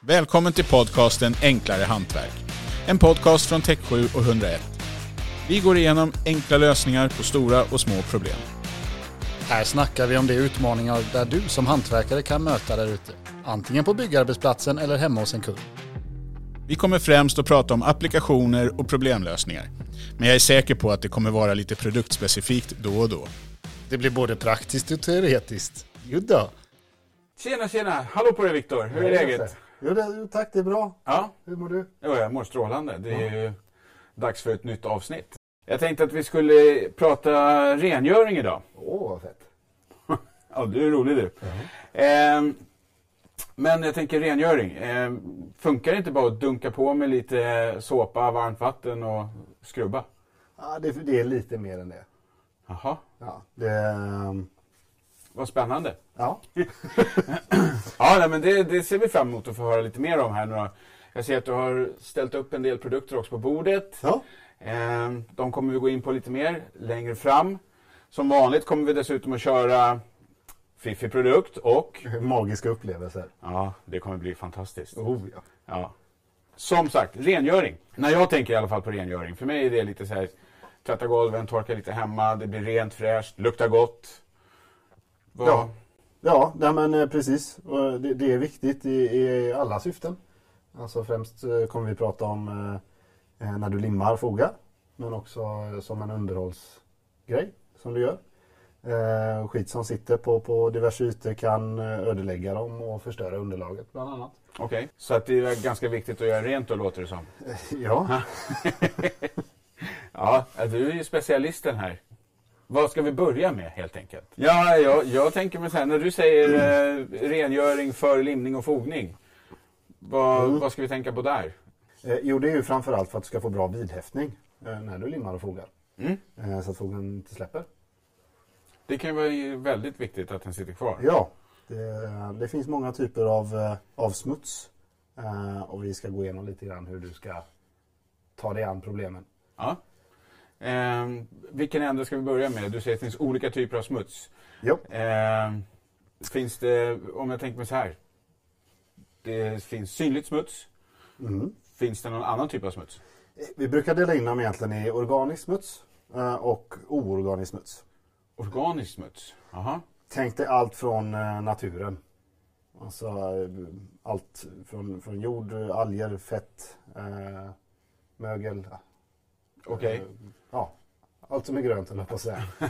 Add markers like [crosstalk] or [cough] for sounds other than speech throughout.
Välkommen till podcasten Enklare Hantverk. En podcast från Tech7 och 101. Vi går igenom enkla lösningar på stora och små problem. Här snackar vi om de utmaningar där du som hantverkare kan möta där ute. Antingen på byggarbetsplatsen eller hemma hos en kund. Vi kommer främst att prata om applikationer och problemlösningar. Men jag är säker på att det kommer vara lite produktspecifikt då och då. Det blir både praktiskt och teoretiskt. Jodå. Tjena, tjena! Hallå på dig Viktor! Hur är läget? Jo, det, tack, det är bra. Ja, Hur mår du? jo, jag mår strålande. Det är ju dags för ett nytt avsnitt. Jag tänkte att vi skulle prata rengöring idag. Åh, vad fett. [laughs] Ja, du är rolig du. Ehm, men jag tänker rengöring. Ehm, funkar det inte bara att dunka på med lite såpa, varmt vatten och skrubba? Ja, det, det är lite mer än det. Jaha, Ja, det, ehm, vad spännande. ja. Ja, nej, men det, det ser vi fram emot att få höra lite mer om här nu. Jag ser att du har ställt upp en del produkter också på bordet. [laughs] ja. Ehm, De kommer vi gå in på lite mer längre fram. Som vanligt kommer vi dessutom att köra fiffig produkt och... Magiska upplevelser. Ja, det kommer bli fantastiskt. Oh, ja. Ja. Som sagt, rengöring. När jag tänker i alla fall på rengöring, för mig är det lite så här tvätta golven, torka lite hemma, det blir rent, fräscht, luktar gott. Vad- Ja. ja, nej men eh, precis. Och Det, det är viktigt i, i alla syften. Alltså främst eh, kommer vi prata om eh, eh, när du limmar fogar, men också eh, som en underhållsgrej som du gör. Eh, Skit som sitter på, på diverse ytor kan eh, ödelägga dem och förstöra underlaget bland annat. Okej, så att det är ganska viktigt att göra rent och låter det som. Ja, [laughs] Ja, du är ju specialisten här. Vad ska vi börja med helt enkelt? Ja, jag, jag tänker mig så här, när du säger eh, rengöring för limning och fogning. Vad, vad ska vi tänka på där? Eh, jo, det är ju framförallt för att du ska få bra vidhäftning eh, när du limmar och fogar. Eh, så att fogen inte släpper. Mm. Det kan ju vara ju väldigt viktigt att den sitter kvar. Ja, det, det finns många typer av, eh, av smuts. Eh, och vi ska gå igenom lite grann hur du ska ta dig an problemen. Ja. Ehm, vilken ände ska vi börja med? Du säger att det finns olika typer av smuts. Jo. Ehm, finns det, om jag tänker mig så här. Det finns synligt smuts. Mm. Finns det någon annan typ av smuts? Eh, Vi brukar dela in dem egentligen i organisk smuts eh, och oorganisk smuts. Organisk smuts? Aha. Tänk dig allt från eh, naturen. Alltså eh, allt från, från jord, eh, alger, fett, eh, mögel. eh, Okej. Ja, allt som är grönt höll jag på att säga. Alltså,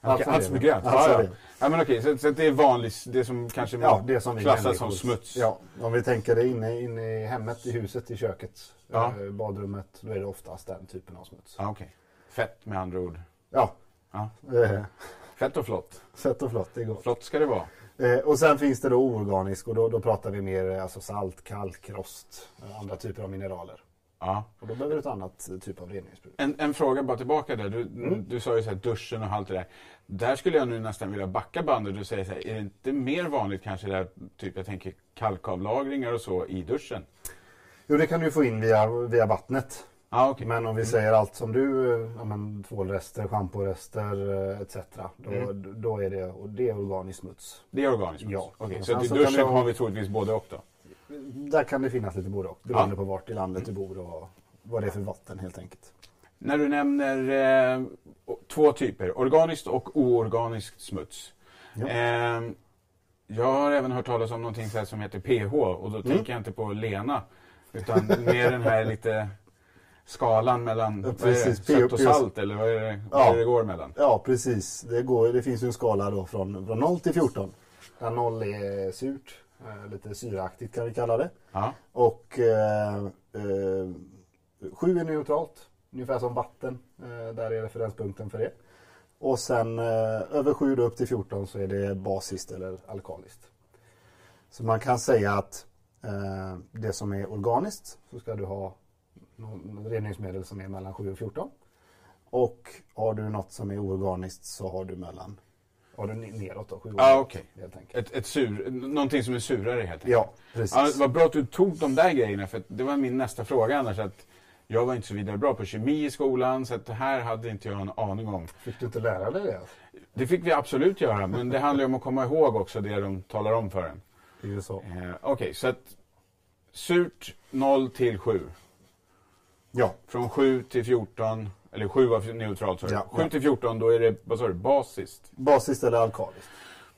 Okej, Allt som är grönt? Allt som Ja, ja. lever. ja, men okej, så, så det är vanligt, det som kanske Ja, det som vi klassas människor- som smuts? Ja, om vi tänker det inne, inne i hemmet, i huset, i köket, Ja. eh, badrummet, då är det oftast den typen av smuts. Ja, okej. Fett med andra ord. Ja, Ja. eh, Fett och flott. sött och flott, det är gott. Flott ska det vara. Eh, och sen finns det då oorganisk och då, då pratar vi mer eh, alltså salt, kalk, rost, eh, andra typer av mineraler. Ja. Och då behöver du ett annat eh, typ av reningsprodukt. En, en fråga bara tillbaka där. Du, Mm. du sa ju så här duschen och allt det där. Där skulle jag nu nästan vilja backa bandet och säga så här, är det inte mer vanligt kanske där, typ jag tänker kalkavlagringar och så i duschen? Jo, det kan du få in via, via vattnet. Ja, okej. Mm. Men om vi säger allt som du, eh, ja, men, tvålrester, schamporester eh, etc. Då, Mm. då är det, och det är organisk smuts. Det är organiskt? Ja. Okej, Och så sen att i så kan duschen det vara- har vi troligtvis både och då? Där kan det finnas lite både och, beroende Ja. på vart i landet du bor och vad det är för vatten helt enkelt. När du nämner eh, o- två typer, organiskt och oorganiskt smuts. Ja. Eh, jag har även hört talas om någonting så här som heter pH och Mm. då tänker jag inte på Lena utan mer den här lite skalan mellan Ja, vad är det, precis, sött och pH. salt eller vad är det, vad Ja. är det går mellan? Ja, precis. Det, går, det finns ju en skala då från, från 0 till 14. Där 0 är surt, eh, lite syraaktigt kan vi kalla det. Ja, Och eh, eh, 7 är neutralt, ungefär som vatten. Eh, där är referenspunkten för det. Och sen eh, över 7 då upp till 14 så är det basiskt eller alkaliskt. Så man kan säga att eh, det som är organiskt så ska du ha någon reningsmedel som är mellan 7 och 14. Och har du något som är oorganiskt så har du mellan har du neråt då, 7 och Ja, neråt, Ah, okej. helt enkelt. ett, ett sur, någonting som är surare helt enkelt. Ja, precis. Ja, vad bra att du tog de där grejerna, för att det var min nästa fråga annars. Att jag var inte så vidare bra på kemi i skolan, så att det här hade inte jag en aning om. Fick du inte lära dig det? Det fick vi absolut göra, men det handlar ju om att komma ihåg också det de talar om för en. I USA. Eh, Okej, så att Surt 0 till 7. Ja, Från 7 till 14, eller 7 var neutralt sorry. Ja, 7 ja. till 14, då är det, vad sa du, basiskt? basiskt eller alkaliskt.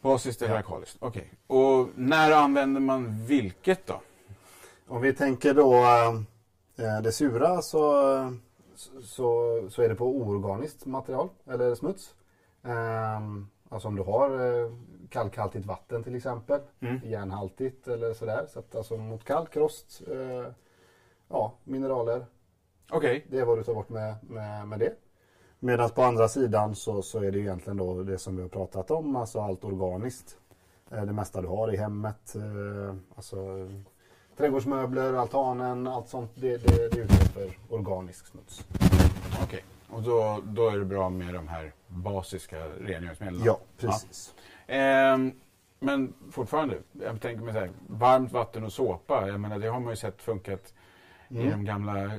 Basiskt eller alkaliskt, okej. Och när använder man vilket då? Om vi tänker då eh, det sura så, så, så är det på oorganiskt material eller smuts. Ehm, alltså om du har eh, kalkhaltigt vatten till exempel, järnhaltigt eller sådär. Så att alltså mot kalk, rost, eh, ja, mineraler. Okej, Det är vad du tar bort med, med, med det. Medan på andra sidan så, så är det ju egentligen då det som vi har pratat om, alltså allt organiskt. Eh, Det mesta du har i hemmet, eh, alltså eh, trädgårdsmöbler, altanen, allt sånt, det, det, det utgör för organisk smuts. okej. Och då, då är det bra med de här basiska rengöringsmedlen? Mm. Ja, precis. Ehm, men fortfarande, jag tänker mig så här, varmt vatten och såpa, jag menar det har man ju sett funkat i de gamla eh,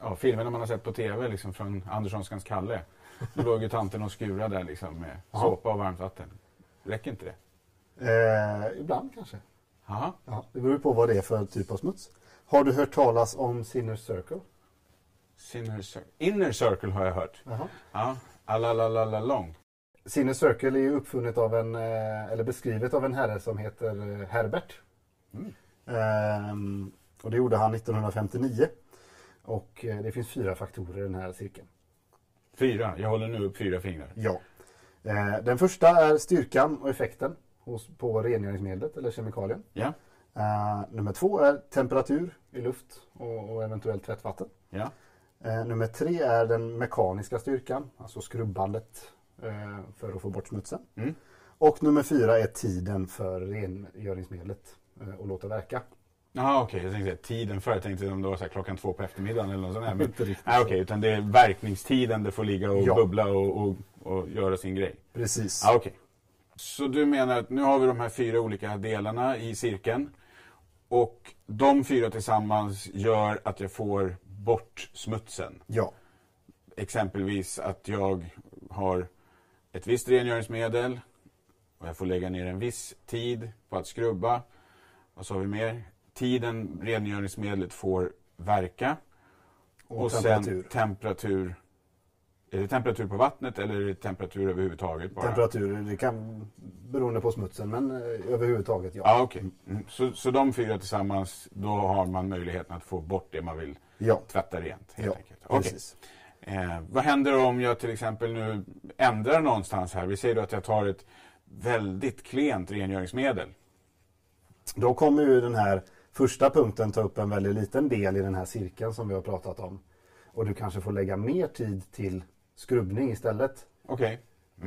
ja, filmerna man har sett på tv, liksom från Anderssonskans Kalle. Då låg ju tanten och skurade där liksom med Ja. såpa och varmt vatten. Räcker inte det? Eh, ibland kanske. Aha. Ja, det beror ju på vad det är för typ av smuts. Har du hört talas om Sinner's Circle? Inner, cir- inner circle har jag hört. Jaha. Ja, alla la la la lång. Sinner's Circle är ju uppfunnet av en, eh, eller beskrivet av en herre som heter eh, Herbert. Mm. Ehm, och det gjorde han 1959. Och eh, det finns fyra faktorer i den här cirkeln. Fyra, jag håller nu upp fyra fingrar. Ja. Eh, den första är styrkan och effekten hos, på rengöringsmedlet eller kemikalien. Ja, Eh, nummer två är temperatur i luft och, och eventuellt tvättvatten. ja, Eh, nummer tre är den mekaniska styrkan, alltså skrubbandet eh, för att få bort smutsen. Mm. Och nummer fyra är tiden för rengöringsmedlet eh, och låta verka. Jaha, okej. Jag tänkte säga tiden förr. Jag tänkte om det var så här klockan två på eftermiddagen eller något sånt där. Men, Inte riktigt nej, så. Ah, okej. utan det är verkningstiden det får ligga och Ja. bubbla och, och, och göra sin grej. [laughs] Precis. Ah, okej. Så du menar att nu har vi de här fyra olika delarna i cirkeln. Och de fyra tillsammans gör att jag får bort smutsen. Ja, Exempelvis att jag har ett visst rengöringsmedel och jag får lägga ner en viss tid på att skrubba. Vad sa vi mer? Tiden rengöringsmedlet får verka. och, temperatur. sen temperatur. Är det temperatur på vattnet eller är det temperatur överhuvudtaget? Bara? Temperatur, det kan beroende på smutsen men eh, överhuvudtaget ja. Ja, okej. Mm. Så, så de fyra tillsammans, då har man möjligheten att få bort det man vill Ja, tvätta rent. Helt ja enkelt. Okej. precis. Eh, vad händer om jag till exempel nu ändrar någonstans här? Vi säger då att jag tar ett väldigt klent rengöringsmedel. Då kommer ju den här första punkten ta upp en väldigt liten del i den här cirkeln som vi har pratat om. Och du kanske får lägga mer tid till skrubbning istället. Okej.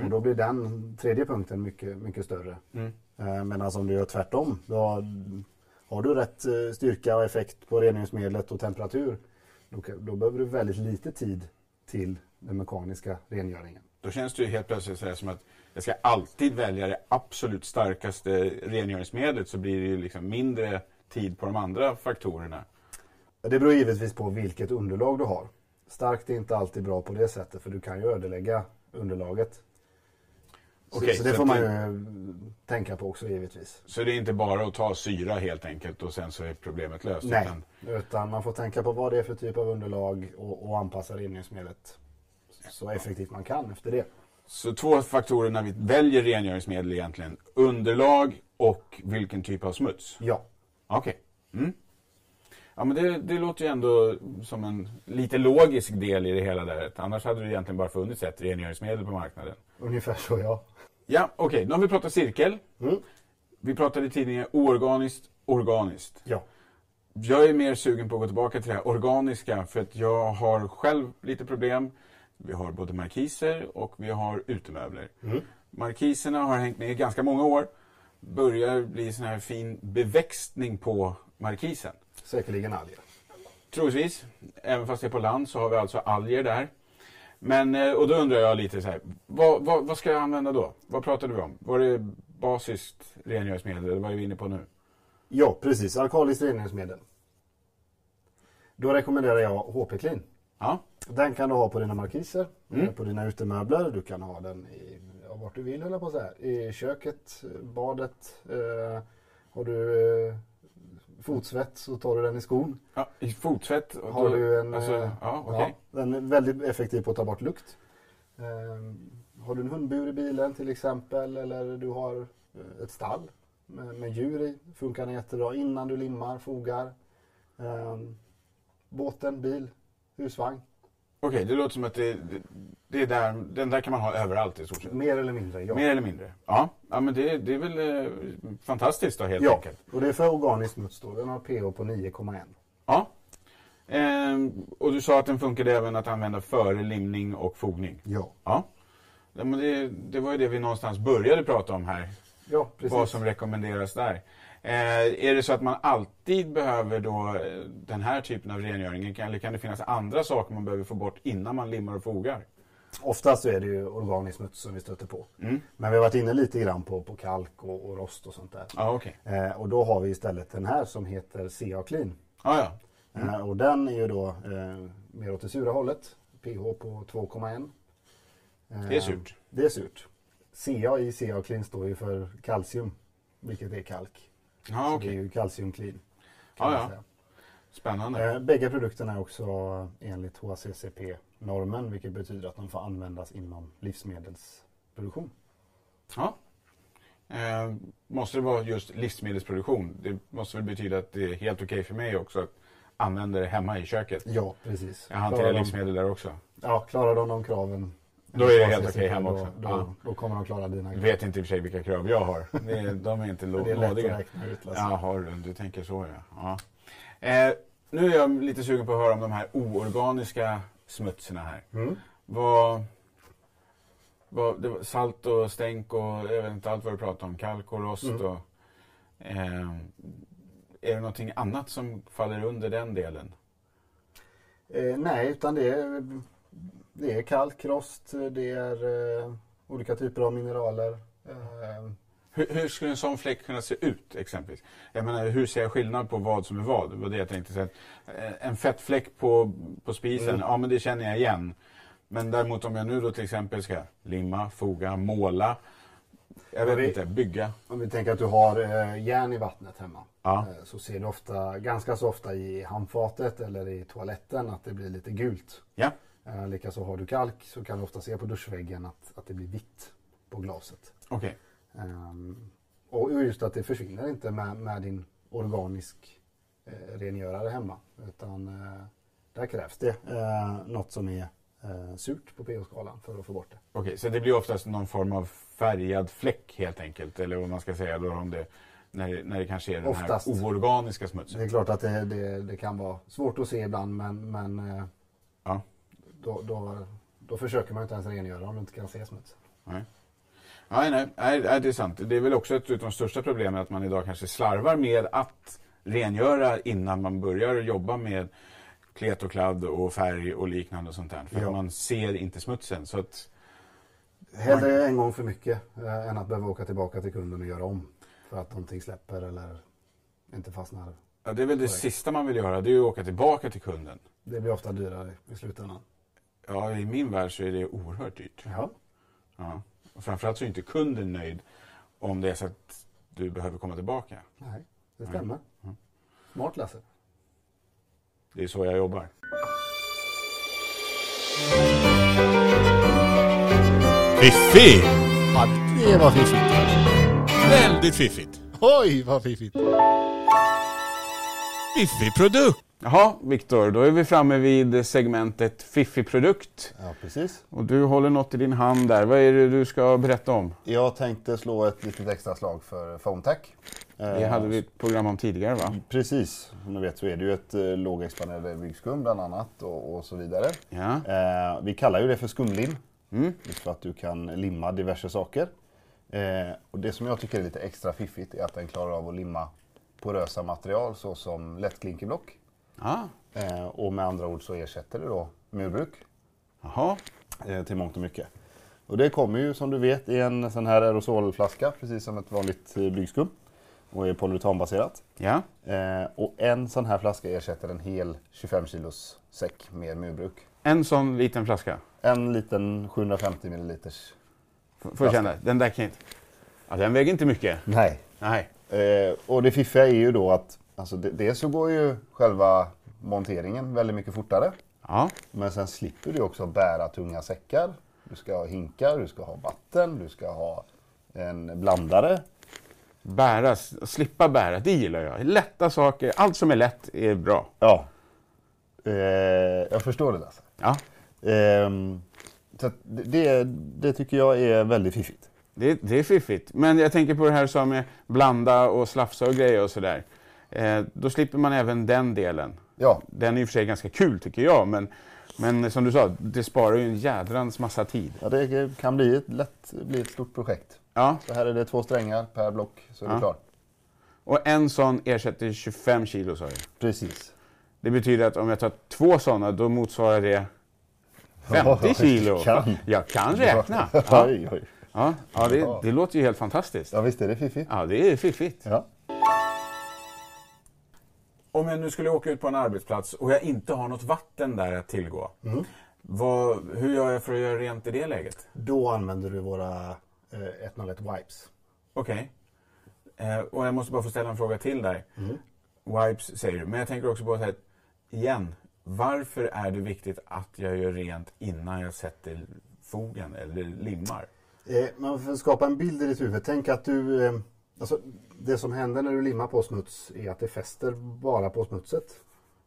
Och då blir den tredje punkten mycket, mycket större. Mm. Eh, Medan om du gör tvärtom, då har- har du rätt eh, styrka och effekt på rengöringsmedlet och temperatur, då, kan- då behöver du väldigt lite tid till den mekaniska rengöringen. Då känns det ju helt plötsligt så här som att jag ska alltid välja det absolut starkaste rengöringsmedlet så blir det ju liksom mindre tid på de andra faktorerna. Det beror givetvis på vilket underlag du har. Starkt är inte alltid bra på det sättet, för du kan ju ödelägga underlaget. Så, Okej, så det så får att man ju det- eh, tänka på också givetvis. Så det är inte bara att ta syra helt enkelt och sen så är problemet löst. Nej, utan- utan man får tänka på vad det är för typ av underlag och, och anpassa rengöringsmedlet så effektivt man kan efter det. Så två faktorer när vi väljer rengöringsmedel egentligen. Underlag och vilken typ av smuts. Ja, Okej. Mm. Ja, men det, det låter ju ändå som en lite logisk del i det hela där. Annars hade det egentligen bara funnits ett rengöringsmedel på marknaden. ungefär så ja. Ja, okej. Nu har vi pratat cirkel. Mm. Vi pratade tidigare oorganiskt, organiskt. Ja. Jag är mer sugen på att gå tillbaka till det här organiska för att jag har själv lite problem. Vi har både markiser och vi har utemöbler. Mm. Markiserna har hängt med i ganska många år. Börjar bli sån här fin beväxtning på markisen. Säkerligen alger. Troligtvis. Även fast det är på land så har vi alltså alger där. Men, eh, och då undrar jag lite så här, vad, vad, vad ska jag använda då? Vad pratade vi om? Var det basiskt rengöringsmedel eller vad är vi inne på nu? Ja, precis. Alkaliskt rengöringsmedel. Då rekommenderar jag HP-clean. Ja, Den kan du ha på dina markiser, Mm. eh, på dina utemöbler. Du kan ha den i, ja, vart du vill, höll jag på att säga. I köket, eh, badet. Eh, har du eh, fotsvett så tar du den i skon. Ja, i fotsvett. och Har då- du en... Alltså, eh, ja, okej. den är väldigt effektiv på att ta bort lukt. Eh, har du en hundbur i bilen till exempel eller du har eh, ett stall med, med djur i funkar den jättebra innan du limmar, fogar. Eh, båten, bil, husvagn. Okej, det låter som att det, det, det är där, den där kan man ha överallt i stort sett. Mer eller mindre, ja. Mer eller mindre. Ja, ja men det, det är väl eh, fantastiskt då helt ja. enkelt. Och det är för organisk smuts då. Den har pH på 9,1. Ja. Ehm, och du sa att den funkade även att använda före limning och fogning. Ja, Ja. ja men det, det var ju det vi någonstans började prata om här. ja precis. Vad som rekommenderas där. Eh, är det så att man alltid behöver då eh, den här typen av rengöring? Kan- Eller kan det finnas andra saker man behöver få bort innan man limmar och fogar? Oftast så är det ju organisk smuts som vi stöter på. Mm. Men vi har varit inne lite grann på, på kalk och, och rost och sånt där. Ja, okej. Eh, och då har vi istället den här som heter CA Clean. Ja, ja. Mm. Eh, och den är ju då eh, mer åt det sura hållet. pH på 2,1. Eh, Det är surt. Det är surt. CA i CA Clean står ju för kalcium, vilket är kalk. Ja, Så okej. Det är ju kalcium clean. Ja, Kan man ja. säga. Spännande. Eh, Bägge produkterna är också enligt HACCP-normen vilket betyder att de får användas inom livsmedelsproduktion. Ja. Eh, måste det vara just livsmedelsproduktion? Det måste väl betyda att det är helt okej för mig också att använda det hemma i köket. Ja, precis. Jag hanterar livsmedel där också. De, ja, klarar de de kraven Då är det enligt helt okej HACCP, hemma då- också. Då, Ja. då kommer de klara dina Jag vet inte i och för sig vilka krav jag har. Det är, de är inte [laughs] Det är lätt att nådiga. räkna ut. alltså. Lasse. Jaha, du- du tänker så ja. ja. Eh, nu är jag lite sugen på att höra om de här oorganiska smutserna här. Mm. Vad, vad, det var salt och stänk och jag vet inte allt vad du pratade om. Kalk och rost Mm. och... Eh, är det någonting annat som faller under den delen? Eh, nej, utan det är, det är kalk, rost, det är eh, olika typer av mineraler. Eh, Hur, hur skulle en sån fläck kunna se ut exempelvis? Jag menar, hur ser jag skillnad på vad som är vad? Det var det jag tänkte säga. Eh, En fettfläck på, på spisen, Mm. ja men det känner jag igen. Men däremot om jag nu då till exempel ska limma, foga, måla, jag vet vi- inte, bygga. om vi tänker att du har eh, järn i vattnet hemma. Ja. Eh, så ser du ofta, ganska så ofta i handfatet eller i toaletten att det blir lite gult. Ja. Eh, Likaså har du kalk så kan du ofta se på duschväggen att, att det blir vitt på glaset. Okej. Ehm, och just att det försvinner inte med, med din organisk eh, rengörare hemma. Utan eh, där krävs det eh, något som är eh, surt på pH-skalan för att få bort det. Okej, så det blir oftast någon form av färgad fläck helt enkelt, eller vad man ska säga då om det, när, det- när det kanske är den Oftast. här oorganiska Det smutsen. är klart att det, det, det kan vara svårt att se ibland men, men eh, Ja. då, då, då försöker man ju inte ens rengöra om du inte kan se smutsen. Nej. Nej, nej, nej, nej, det är sant. Det är väl också ett av de största problemen att man idag kanske slarvar med att rengöra innan man börjar jobba med klet och kladd och färg och liknande och sånt där. För Ja. att man ser inte smutsen. Så att, Hellre en gång för mycket eh, än att behöva åka tillbaka till kunden och göra om. För att någonting släpper eller inte fastnar. ja, det är väl det Korrekt. sista man vill göra, det är ju att åka tillbaka till kunden. Det blir ofta dyrare i slutändan. Ja, i min värld så är det oerhört dyrt. Ja. Ja. Och framförallt så är inte kunden nöjd om det är så att du behöver komma tillbaka. Nej, det Nej. stämmer. Mm. Smart Lasse. Det är så jag jobbar. Fiffig! Ja, det var fiffigt. Väldigt fiffigt. Oj, vad fiffigt. Fiffig produkt. Jaha, Viktor, då är vi framme vid segmentet Fiffig produkt. Ja, precis. Och du håller något i din hand där. Vad är det du ska berätta om? Jag tänkte slå ett litet extra slag för FoamTac. Det hade vi ett program om tidigare va? Precis. Som ni vet så är det ju ett eh, lågexpanderande byggskum bland annat och, och så vidare. Ja. Eh, vi kallar ju det för skumlim. Mm. Just för att du kan limma diverse saker. Eh, och det som jag tycker är lite extra fiffigt är att den klarar av att limma porösa material såsom lättklinkerblock. Ja. Eh, och med andra ord så ersätter det då murbruk. Jaha. eh, till mångt och mycket. Och det kommer ju som du vet i en sån här aerosolflaska, precis som ett vanligt eh, blygskum och är polyuretanbaserat. Ja. Eh, och en sån här flaska ersätter en hel 25 kilos säck med murbruk. En sån liten flaska. En liten 750 milliliters. F- Får jag känna. Den där kan jag inte... Ja, den väger inte mycket. Nej. Nej. Eh, och det fiffiga är ju då att, Alltså det, dels så går ju själva monteringen väldigt mycket fortare. Ja. Men sen slipper du också bära tunga säckar. Du ska ha hinkar, du ska ha vatten, du ska ha en blandare. Bära, s- slippa bära, det gillar jag. Lätta saker, allt som är lätt är bra. Ja. Eh, jag förstår det Lasse. Ja, Ehm, så att det, det, det tycker jag är väldigt fiffigt. det, det är fiffigt. Men jag tänker på det här som är blanda och slafsa och grejer och sådär. Eh, då slipper man även den delen. Ja, Den är i och för sig ganska kul tycker jag, men, men som du sa, det sparar ju en jädrans massa tid. ja det kan bli ett, lätt bli ett stort projekt. Ja, Så här är det två strängar per block så är Ja. du klar. och en sån ersätter 25 kilo sa jag. Precis. Det betyder att om jag tar två sådana, då motsvarar det 50 kilo. Kan. Jag [laughs] kan räkna. Ja, Oj, oj. ja, ja det, det låter ju helt fantastiskt. Ja, visst är det fiffigt. Ja, det är fiffigt. Ja. Om jag nu skulle åka ut på en arbetsplats och jag inte har något vatten där att tillgå. Vad, hur gör jag för att göra rent i det läget? Då använder du våra eh, 101 wipes. Okej. Eh, och jag måste bara få ställa en fråga till där. Wipes säger du, men jag tänker också på att igen, varför är det viktigt att jag gör rent innan jag sätter fogen eller limmar? Eh, men för att skapa en bild i ditt huvud, tänk att du... Eh, alltså, det som händer när du limmar på smuts är att det fäster bara på smutset.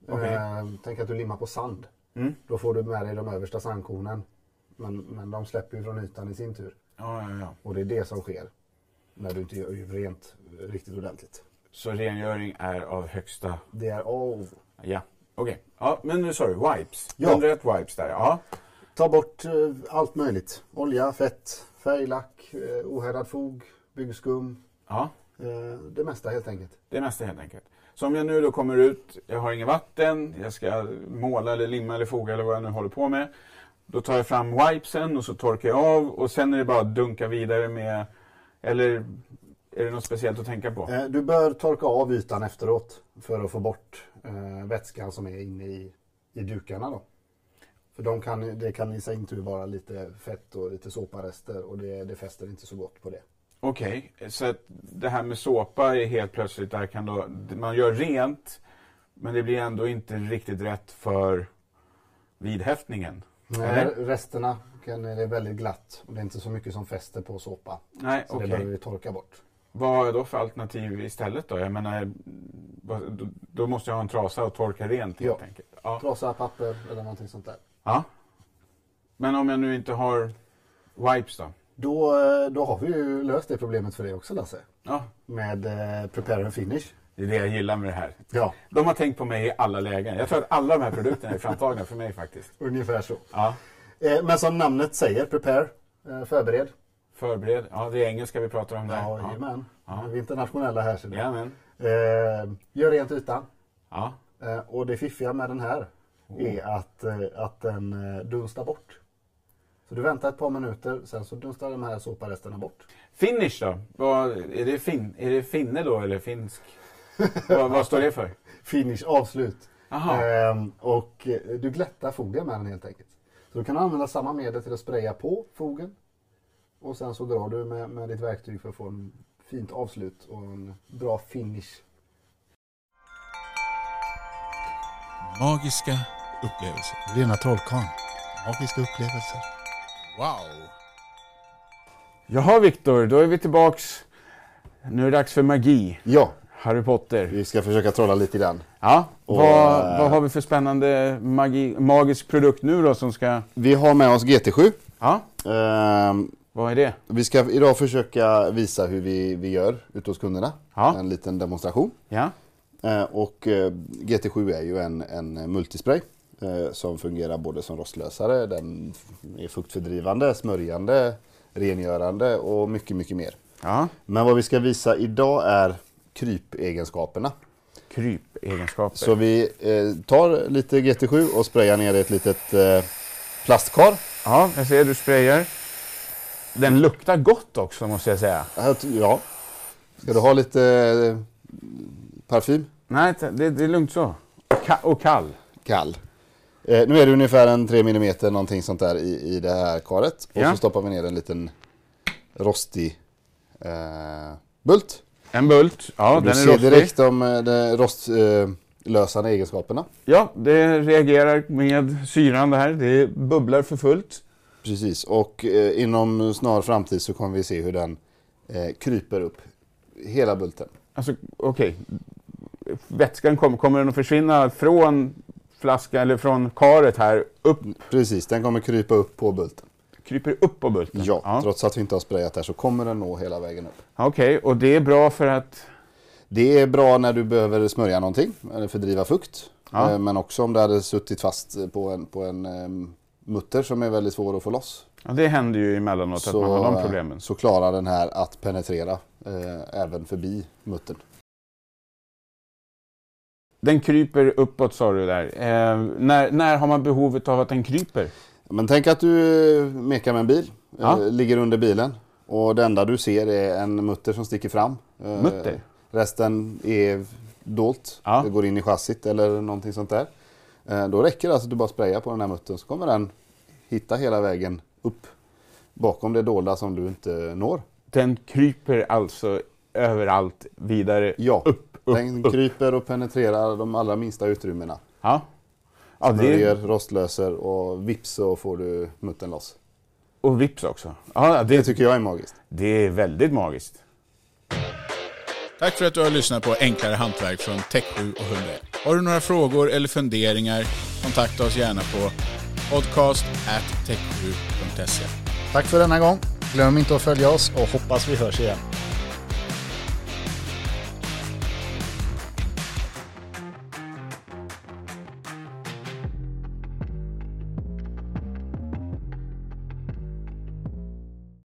Okej. Eh, tänk att du limmar på sand. Mm. Då får du med dig de översta sandkornen. Men, men de släpper ju från ytan i sin tur. Ja, ja, ja. Och det är det som sker när du inte gör rent eh, riktigt ordentligt. Så rengöring är av högsta... Det är A och O. Ja, okej. Ja, men nu sa du wipes. Ja. 101 wipes där, ja. Ta bort eh, allt möjligt. Olja, fett, färg, lack, eh, ohärdad fog, byggskum. Ja, Eh, det mesta helt enkelt. det är nästa helt enkelt. Så om jag nu då kommer ut, jag har inget vatten, jag ska måla eller limma eller foga eller vad jag nu håller på med. Då tar jag fram wipesen och så torkar jag av och sen är det bara att dunka vidare med... Eller är det något speciellt att tänka på? Eh, Du bör torka av ytan efteråt för att få bort eh, vätskan som är inne i, i dukarna. Då. För de kan, det kan i sin tur vara lite fett och lite såparester och det, det fäster inte så gott på det. Okej, så att det här med såpa är helt plötsligt, där kan då, man gör rent men det blir ändå inte riktigt rätt för vidhäftningen. Nej, Eller? Eh, resterna kan, det är väldigt glatt och det är inte så mycket som fäster på såpa. Nej, Så okej. det behöver vi torka bort. Vad har jag då för alternativ istället då? Jag menar, vad- då, då måste jag ha en trasa och torka rent helt Ja. enkelt. Ja. Trasa, papper eller någonting sånt där. ja. Men om jag nu inte har wipes då? Då, eh, då har vi ju löst det problemet för dig också Lasse. Ja, Med eh, prepare and finish. det är det jag gillar med det här. Ja, De har tänkt på mig i alla lägen. Jag tror att alla de här produkterna är framtagna för mig faktiskt. ungefär så. Ja. Eh, men som namnet säger, prepare, eh, förbered. Förbered. Ja, det är engelska vi pratar om där. Ja, jajamän. Nu är Vi är internationella här. Så det- Jajamän. Eh, gör rent ytan. Ja. Oh. Eh, och det fiffiga med den här är att, eh, att den eh, dunstar bort. Så du väntar ett par minuter, sen så dunstar de här såparesterna bort. Finish då? Vad, är, det fin, är det finne då eller finsk? vad, vad står det för? Finish, avslut. Aha. Eh, och eh, du glättar fogen med den helt enkelt. Så du kan använda samma medel till att spraya på fogen. Och sen så drar du med, med ditt verktyg för att få en fint avslut och en bra finish. Magiska upplevelser. Rena trollkarlen. Magiska upplevelser. Wow! Jaha Viktor, då är vi tillbaks. Nu är det dags för magi. ja, Harry Potter. vi ska försöka trolla lite grann. Ja, Och, vad, eh, vad har vi för spännande magi, magisk produkt nu då som ska... Vi har med oss GT7. Ja, Ehm, vad är det? Vi ska idag försöka visa hur vi, vi gör ute hos kunderna. Ja. En liten demonstration. Ja, Eh, och eh, GT7 är ju en, en multispray eh, som fungerar både som rostlösare, den är fuktfördrivande, smörjande, rengörande och mycket, mycket mer. ja. Men vad vi ska visa idag är krypegenskaperna. krypegenskaper. Så vi eh, tar lite GT7 och sprayar ner i ett litet eh, plastkar. Ja, jag ser du sprayar. Den luktar gott också måste jag säga. Här t- Ja. Ska du ha lite eh, parfym? Nej, det, det är lugnt så. Och, ka- och kall. kall. Eh, nu är det ungefär en 3 mm någonting sånt där i, i det här karet. Och Ja. så stoppar vi ner en liten rostig eh, bult. En bult. Ja, du den är ser rostig. direkt de, eh, de rostlösande egenskaperna. Ja, det reagerar med syran det här. Det bubblar för fullt. Precis, och eh, inom snar framtid så kommer vi se hur den eh, kryper upp hela bulten. Alltså, okej. Vätskan kommer, kommer den att försvinna från flaskan eller från karet här? Upp, Precis, den kommer krypa upp på bulten. kryper upp på bulten? Ja, trots att vi inte har sprayat där så kommer den nå hela vägen upp. Okej, och det är bra för att... Det är bra när du behöver smörja någonting eller fördriva fukt. Ja. Eh, Men också om det hade suttit fast på en, på en eh, mutter som är väldigt svår att få loss. Ja, det händer ju emellanåt att man har de problemen. så eh, klarar den här att penetrera eh, även förbi muttern. Den kryper uppåt sa du där. Eh, när, när har man behovet av att den kryper? Men tänk att du eh, mekar med en bil, eh, Ja. ligger under bilen och det enda du ser är en mutter som sticker fram. Eh, Mutter? Resten är dolt, Ja. det går in i chassit eller någonting sånt där. Eh, Då räcker det alltså att du bara sprayar på den här muttern så kommer den hitta hela vägen upp bakom det dolda som du inte når. Den kryper alltså överallt vidare. Ja, Upp, upp, den upp. kryper och penetrerar de allra minsta utrymmena. Ja. ja det är, Smörjer, rostlöser och vips så får du muttern loss. och vips också. Ja, Det det, tycker jag är magiskt. det är väldigt magiskt. Tack för att du har lyssnat på Enklare Hantverk från Tech7 och 101. Har du några frågor eller funderingar, kontakta oss gärna på podcast at tech7.se. Tack för denna gång. Glöm inte att följa oss och hoppas vi hörs igen.